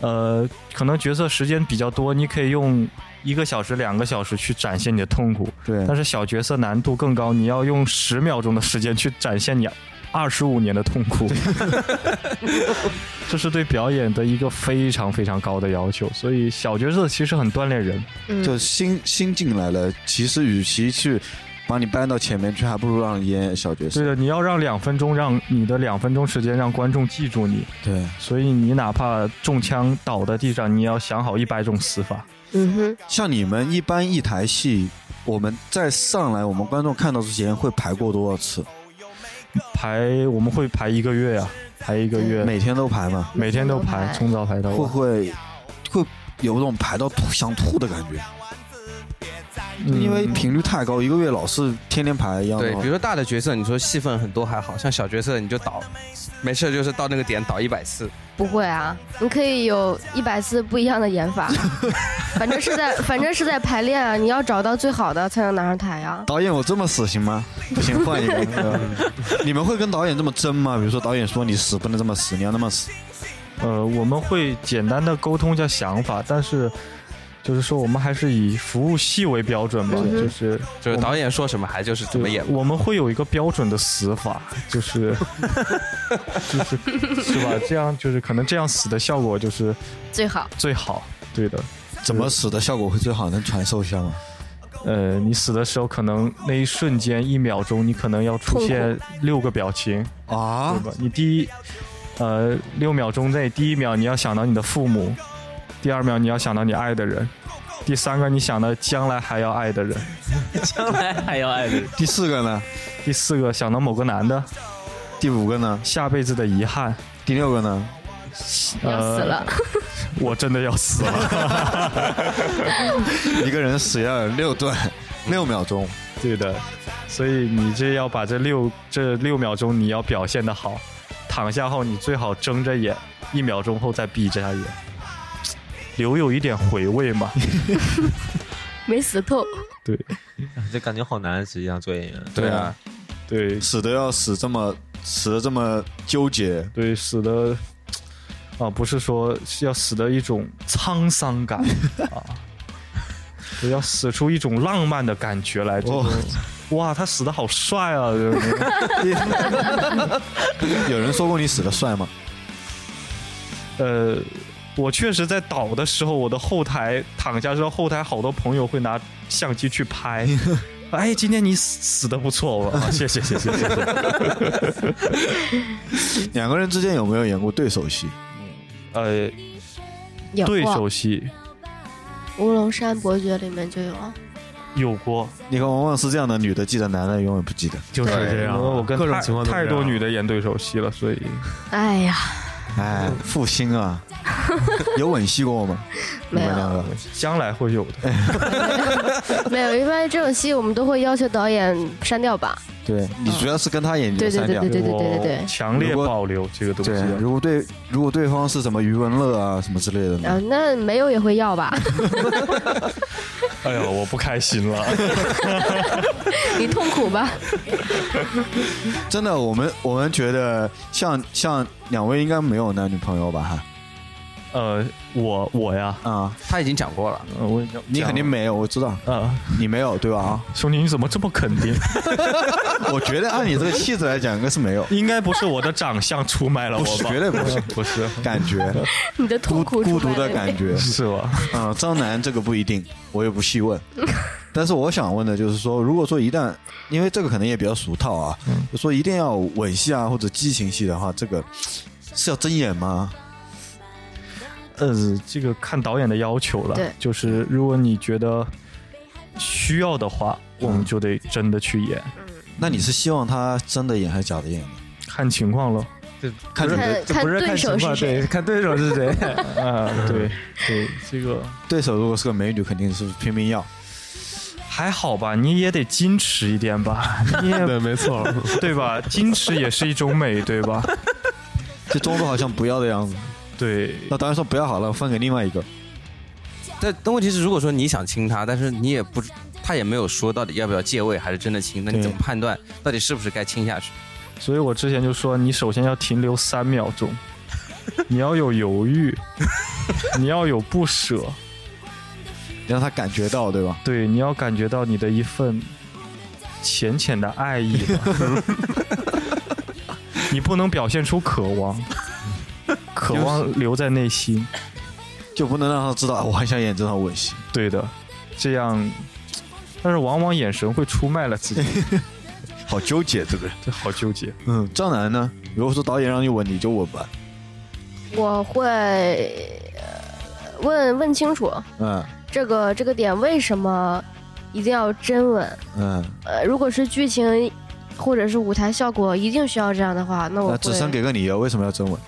呃，可能角色时间比较多，你可以用一个小时、两个小时去展现你的痛苦，对但是小角色难度更高，你要用十秒钟的时间去展现你二十五年的痛苦， *laughs* 这是对表演的一个非常非常高的要求。所以小角色其实很锻炼人，嗯就新新进来了，其实与其去把你搬到前面去，还不如让你演小角对色。的，你要让两分钟，让你的两分钟时间让观众记住你。对，所以你哪怕中枪倒在地上，你也要想好一百种死法。嗯哼，像你们一般一台戏，我们在上来我们观众看到之前会排过多少次？排我们会排一个月呀、排一个月，每天都排吗？每天都排，从早排到嗯会不晚。会会有种排到吐想吐的感觉？嗯因为频率太高，一个月老是天天排一样的对，话。比如说大的角色，你说戏份很多还好，像小角色你就倒，没事就是到那个点倒一百次。不会啊，你可以有一百次不一样的演 *laughs* 法，反正是在反正是在排练啊，你要找到最好的才能拿上台啊。导演，我这么死行吗？ *laughs* 不行，换一个。 *laughs* *laughs* 嗯你们会跟导演这么争吗？比如说导演说你死不能这么死，你要那么死。呃，我们会简单的沟通一下想法，但是就是说我们还是以服务戏为标准吧，嗯哼就是就是导演说什么还就是怎么演对。我们会有一个标准的死法，就是 *laughs* 就是是吧？这样就是可能这样死的效果就是最好，最好，对的。怎么死的效果会最好？能传授一下吗？呃，你死的时候，可能那一瞬间一秒钟，你可能要出现六个表情，对啊，吧？你第一，呃，六秒钟内，第一秒你要想到你的父母，第二秒你要想到你爱的人，第三个你想到将来还要爱的人，将来还要爱你。第四个呢？第四个想到某个男的第五个呢？下辈子的遗憾，呃第六个呢？要死了，我真的要死了。 *laughs* 一个人死要有六段，六秒钟。对的，所以你这要把这六这六秒钟你要表现的好，躺下后你最好睁着眼，一秒钟后再闭着眼，留有一点回味嘛。 *laughs* *laughs* 没死透。对这感觉好难，实际上做演员。对啊，对死的要死这么死的这么纠 *laughs* 结。对，死的啊，不是说是要死的一种沧桑感啊，对要死出一种浪漫的感觉来。这种哦哇，他死的好帅啊！这种有人说过你死的帅吗？ *laughs* 呃，我确实在倒的时候，我的后台躺下之后，后台好多朋友会拿相机去 *laughs* 拍。哎，今天你死死的不错，我啊谢谢谢谢谢谢。两个人之间有没有演过对手戏？呃，有对过手戏《乌龙山伯爵》里面就有啊。有过，你看往往是这样的，女的记得，男的永远不记得。就是这样因为，我跟各种太情况都太多女的。的演对手戏了，所以哎呀，哎，负心 *laughs* 啊！有吻戏过吗？你没们两有个将来会有的。没有，一般这种戏我们都会要求导演删掉吧。对你主要是跟他演你对的对三对角对。对对对对我对。强烈如果保留这个东西对，啊。如果对如果对方是什么余文乐啊什么之类的啊呢？，那没有也会要 *laughs* 吧？哎呀，我不开心了。 *laughs* 你痛苦吧？真的，我们我们觉得像像两位应该没有男女朋友吧？哈呃，我我呀，啊，他已经讲过了，呃我你肯定没有，我知道啊，你没有对吧？ *laughs* 啊，兄弟，你怎么这么肯 *laughs* 定？我觉得按你这个气质来讲，应该是没有，应该不是我的长相出卖了我不是吧？绝对不是 *laughs* *laughs* 不是，感觉 *laughs* 你的 *laughs* 痛孤苦孤出独的来了感觉。是吧？嗯，张楠这个不一定，我也不细问。但是我想问的就是说，如果说一旦，因为这个可能也比较俗套啊，就说一定要吻戏啊或者激情戏的话，这个是要睁眼吗？呃，这个看导演的要求了。对嗯就是如果你觉得需要的话，我们就得真的去演，那你是希望他真的演还是假的演呢？看情况了。看你的看看对手是谁，看对手是谁。嗯啊，对对，这个对手如果是个美女，肯定是拼命要。还好吧，你也得矜持一点吧，你也 *laughs* 对，没 *laughs* 错，对吧？矜持也是一种美，对 *laughs* 吧？就装作好像不要的样子。对，那当然说不要好了，分给另外一个。但但问题是，如果说你想亲他，但是你也不，他也没有说到底要不要借位还是真的亲，那你对怎么判断到底是不是该亲下去？所以我之前就说，你首先要停留三秒钟， *laughs* 你要有犹 *laughs* 豫，你要有不舍，你让他感觉到，对吧？对，你要感觉到 *laughs* 你的一份浅浅的爱意吧。你不能表现出渴望，渴望留在内心，就不能让他知道我还想演这场吻戏。对的，这样，但是往往眼神会出卖了自 *laughs* 己，好纠结这个人，这好纠结。嗯，张楠呢？如果说导演让你吻，你就吻吧。我会呃问问清楚，嗯这个这个点为什么一定要真吻？嗯，呃，如果是剧情或者是舞台效果一定需要这样的话，那我那会子申给个理由，为什么要真吻？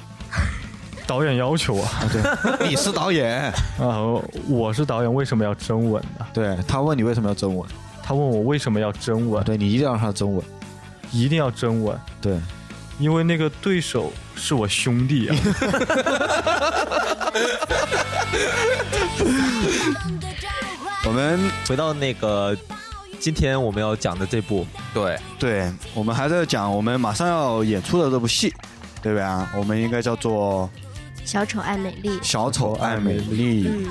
导演要求啊，啊，对， *laughs* 你是导演，啊，我是导演，为什么要真吻呢？对他问你为什么要真吻，他问我为什么要真吻，对你一定要让他真吻，一定要真吻，对，因为那个对手是我兄 *laughs* 弟啊。我们回到那个今天我们要讲的这部，对，对，我们还在讲我们马上要演出的这部戏，对不对啊？我们应该叫做小丑爱美丽《小丑爱美丽》嗯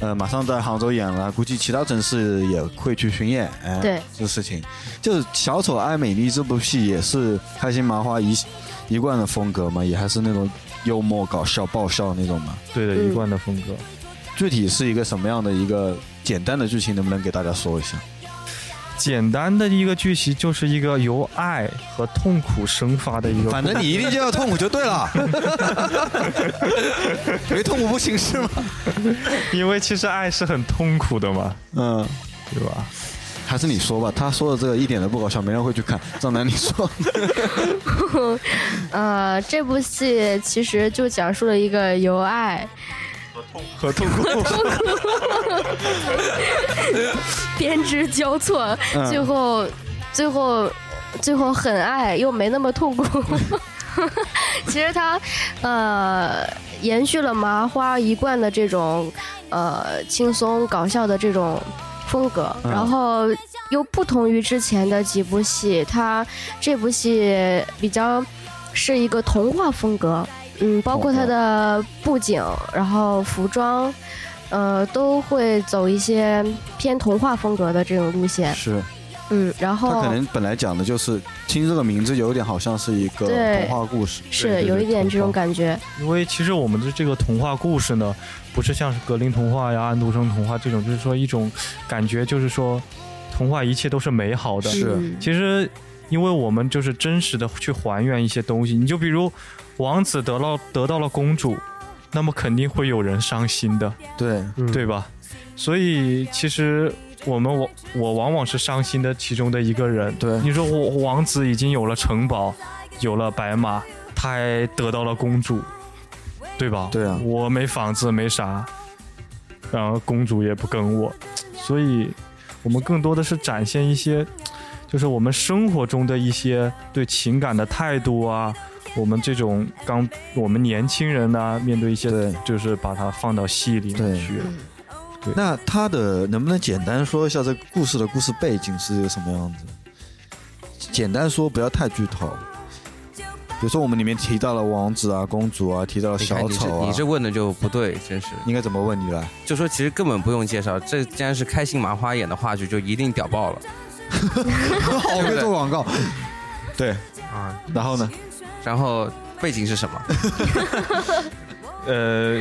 呃，马上在杭州演了，估计其他城市也会去巡演。哎嗯对，这事情就是《小丑爱美丽》这部戏也是开心麻花一一贯的风格嘛，也还是那种幽默搞笑爆笑那种嘛。对的，嗯一贯的风格。具体是一个什么样的一个简单的剧情，能不能给大家说一下？简单的一个剧情就是一个由爱和痛苦生发的一个，嗯反正你一定就要痛苦就对 *laughs* 了，没痛苦不行是吗？因为其实爱是很痛苦的嘛，嗯，对吧？还是你说吧，他说的这个一点都不搞笑，没人会去看。张楠，你说，呃，这部戏其实就讲述了一个由爱和痛 *laughs* 苦 *laughs* 编织交错，嗯最后最后最后很爱又没那么痛苦。 *laughs* 其实它呃延续了麻花一贯的这种呃轻松搞笑的这种风格，嗯然后又不同于之前的几部戏，它这部戏比较是一个童话风格，嗯，包括它的布景，然后服装。呃，都会走一些偏童话风格的这种路线，是嗯，然后他可能本来讲的就是听这个名字有点好像是一个对童话故事，是对有一点这种童话感觉，因为其实我们的这个童话故事呢，不是像是格林童话呀、安徒生童话这种，就是说一种感觉，就是说童话一切都是美好的。是嗯其实，因为我们就是真实的去还原一些东西，你就比如王子得到得到了公主，那么肯定会有人伤心的，对，嗯对吧？所以其实。我们我我往往是伤心的其中的一个人。对你说我王子已经有了城堡，有了白马，他还得到了公主，对吧？对啊我没房子，没啥，然后公主也不跟我，所以我们更多的是展现一些，就是我们生活中的一些对情感的态度啊，我们这种刚我们年轻人呐、面对一些对，就是把它放到戏里面对去。那他的能不能简单说一下这个故事的故事背景是一个什么样子？简单说，不要太剧透。比如说我们里面提到了王子啊、公主啊，提到了你看小你这丑啊，你这问的就不对，真是。应该怎么问你来？就说其实根本不用介绍，这既然是开心麻花演的话剧，就一定屌爆了。好会哦做广告。对，啊，然后呢？然后背景是什 *laughs* 么？呃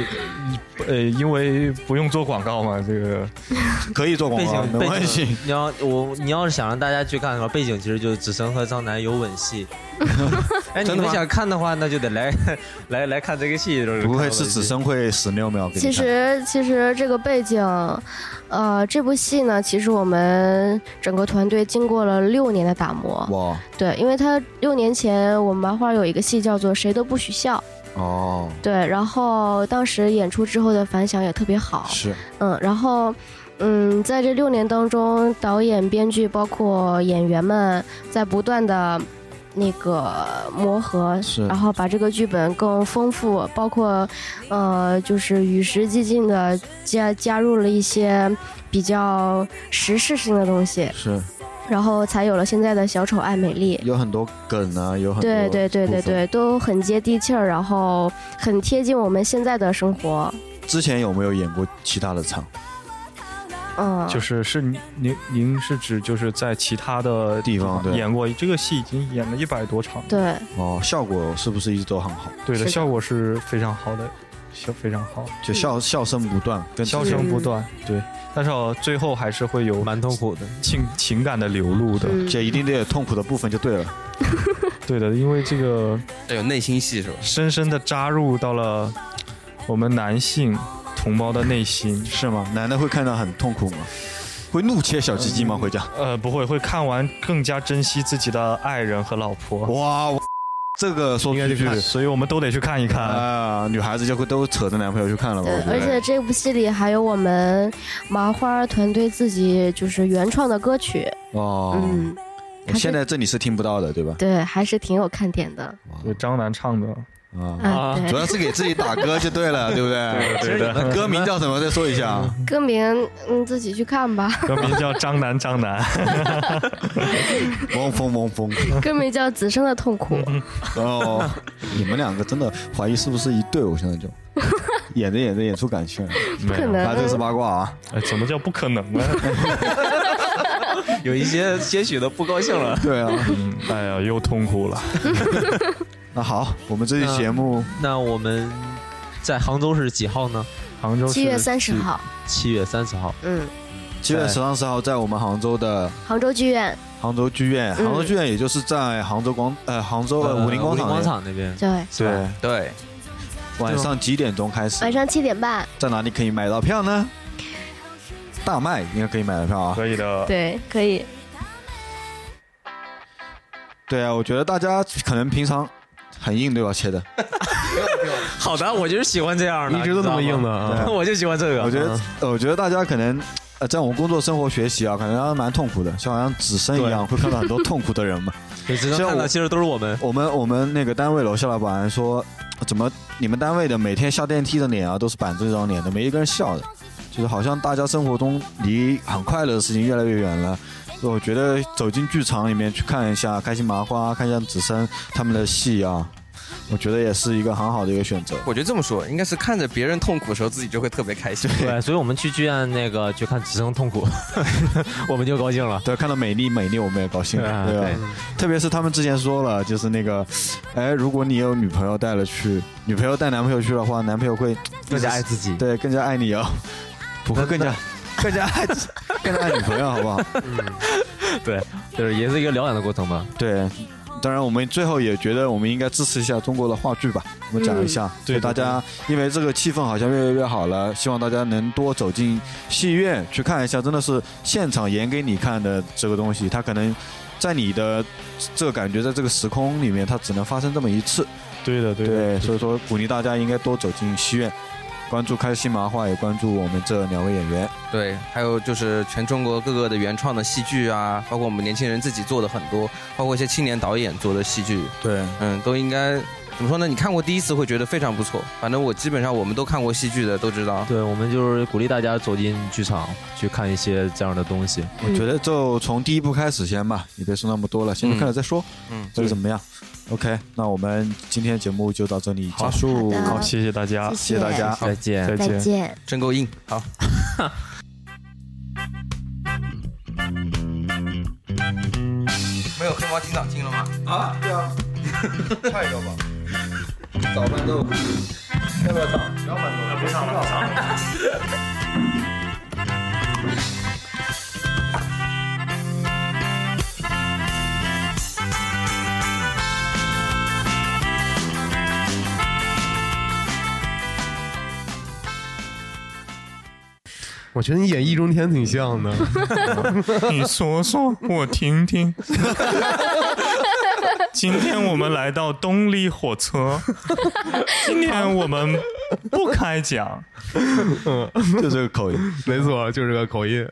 呃，因为不用做广告嘛，这个可以做广背告，啊景没背关景系。，你要我你要是想让大家去看的话，背景其实就是子申和张楠有吻 *laughs* 戏。哎，你真的们吗想看的话，那就得来来来看这个戏，就是不会看是吻戏只生会十六秒给你其看？实，其实这个背景，呃，这部戏呢，其实我们整个团队经过了六年的打磨。哇对，因为他六年前我们麻花有一个戏叫做《谁都不许笑》，哦，对，然后当时演出之后的反响也特别好，是嗯，然后。嗯，在这六年当中，导演、编剧包括演员们在不断的那个磨合，是然后把这个剧本更丰富，包括呃，就是与时俱进的加加入了一些比较时事性的东西，是，然后才有了现在的小丑爱美丽。有很多梗啊，有嗯很多对对对对部分对，都很接地气儿，然后很贴近我们现在的生活。之前有没有演过其他的场？嗯，就是是您您您是指就是在其他的地方对演过这个戏，已经演了一百多场了。对，哦，效果是不是一直都很好？对是的，的效果是非常好的，效非常好，嗯就笑笑声不断，跟嗯笑声不断。对，但是哦最后还是会有蛮痛苦的。情情感的流露的。嗯这一定得有痛苦的部分就对了。对的，因为这个这有内心戏是吧？深深的扎入到了我们男性同胞的内心。是吗？男的会看到很痛苦吗？会怒切小鸡鸡吗？会这样？呃，不会，会看完更加珍惜自己的爱人和老婆。哇，我这个说出嗯去所以我们都得去看一看。啊，女孩子就会都扯着男朋友去看了吧？对我觉，而得。且这部戏里还有我们麻花团队自己就是原创的歌曲，哦，嗯，还是现在这里是听不到的，对吧？对，还是挺有看点的。对，张楠唱的，啊，啊，主对，要是给自己打歌就对了，对不对？哎对 *laughs* 的，歌名叫什么？再说一下啊。歌名嗯自己去看吧， *laughs* 歌名叫张楠张楠。汪峰，汪峰。歌名叫《子生的痛苦》。哦，你们两个真的怀疑是不是一对？我现在就演着演着演出感情了，没可有，能啊，这是八卦啊！哎，怎么叫不可能 *laughs* 呢？有一些些许的不高兴了。对啊，嗯哎呀，又痛苦了。那好，我们这期节目 *laughs* 那我们在杭州是几号呢？杭州七月是三十号，七月三十号。嗯，七月十三十号在我们杭州的杭州剧院，杭州剧院，嗯杭州剧院也就是在杭州广呃杭州呃的武林广武林场广那场那边。对，对，对，晚上几点钟开始晚？上七点半，在哪里可以买到票呢？大麦应该可以买到票啊。可以的。对，可以，对啊，我觉得大家可能平常很硬对吧？切的，好的，我就是喜欢这样 *laughs* 的，一直都这么硬的，嗯的啊。 *laughs* 我就喜欢这个。嗯我觉得，呃我觉得大家可能，呃，在我们工作、生活、学习啊，可能蛮痛苦的，就好像纸生一样，会看到很多痛苦的人嘛。你只能像看到，我其实都是我们。我们我们那个单位楼下的保安说，怎么你们单位的每天下电梯的脸啊，都是板着这张脸的，没一个人笑的，就是好像大家生活中离很快乐的事情越来越远了。所以我觉得走进剧场里面去看一下开心麻花，看一下子生他们的戏啊，我觉得也是一个很好的一个选择。我觉得这么说，应该是看着别人痛苦的时候，自己就会特别开心。 *laughs* 对，所以我们去剧院那个去看《只剩痛苦》，我们就高兴了。对，看到美丽美丽，我们也高兴了，对对啊吧？特别是他们之前说了，就是那个，哎，如果你有女朋友带了去，女朋友带男朋友去的话，男朋友会更加爱自己。对更加爱你哦， *laughs* 不会更加 *laughs* 更加爱更加爱女朋友，好不 *laughs* 好？对，就是也是一个疗养的过程吧。对，当然我们最后也觉得我们应该支持一下中国的话剧吧，我们讲一下，对给大家，因为这个气氛好像越来越好了，希望大家能多走进戏院去看一下，真的是现场演给你看的这个东西，它可能在你的这个感觉，在这个时空里面，它只能发生这么一次。对的，对的。对，所以说鼓励大家应该多走进戏院，关注开心麻花，也关注我们这两位演员。 *laughs* 对，还有就是全中国各个的原创的戏剧啊，包括我们年轻人自己做的很多，包括一些青年导演做的戏剧，对，嗯，都应该怎么说呢？你看过第一次会觉得非常不错，反正我基本上我们都看过戏剧的都知道。对，我们就是鼓励大家走进剧场去看一些这样的东西。我觉得就从第一部开始先吧，你别说那么多了，先去看了再说，嗯，这个怎么样？OK，那我们今天节目就到这里结束好的，好，谢谢大家，谢谢大家。再见。再再见。见。真够硬，好。 *laughs* 没有黑猫警长听了吗？嗯我觉得你演易中天挺像的，你说说，我听 *laughs* 听。今天我们来到东丽火 *laughs* 车，今天我们不开讲。就这个口音。没错，就是这个口音。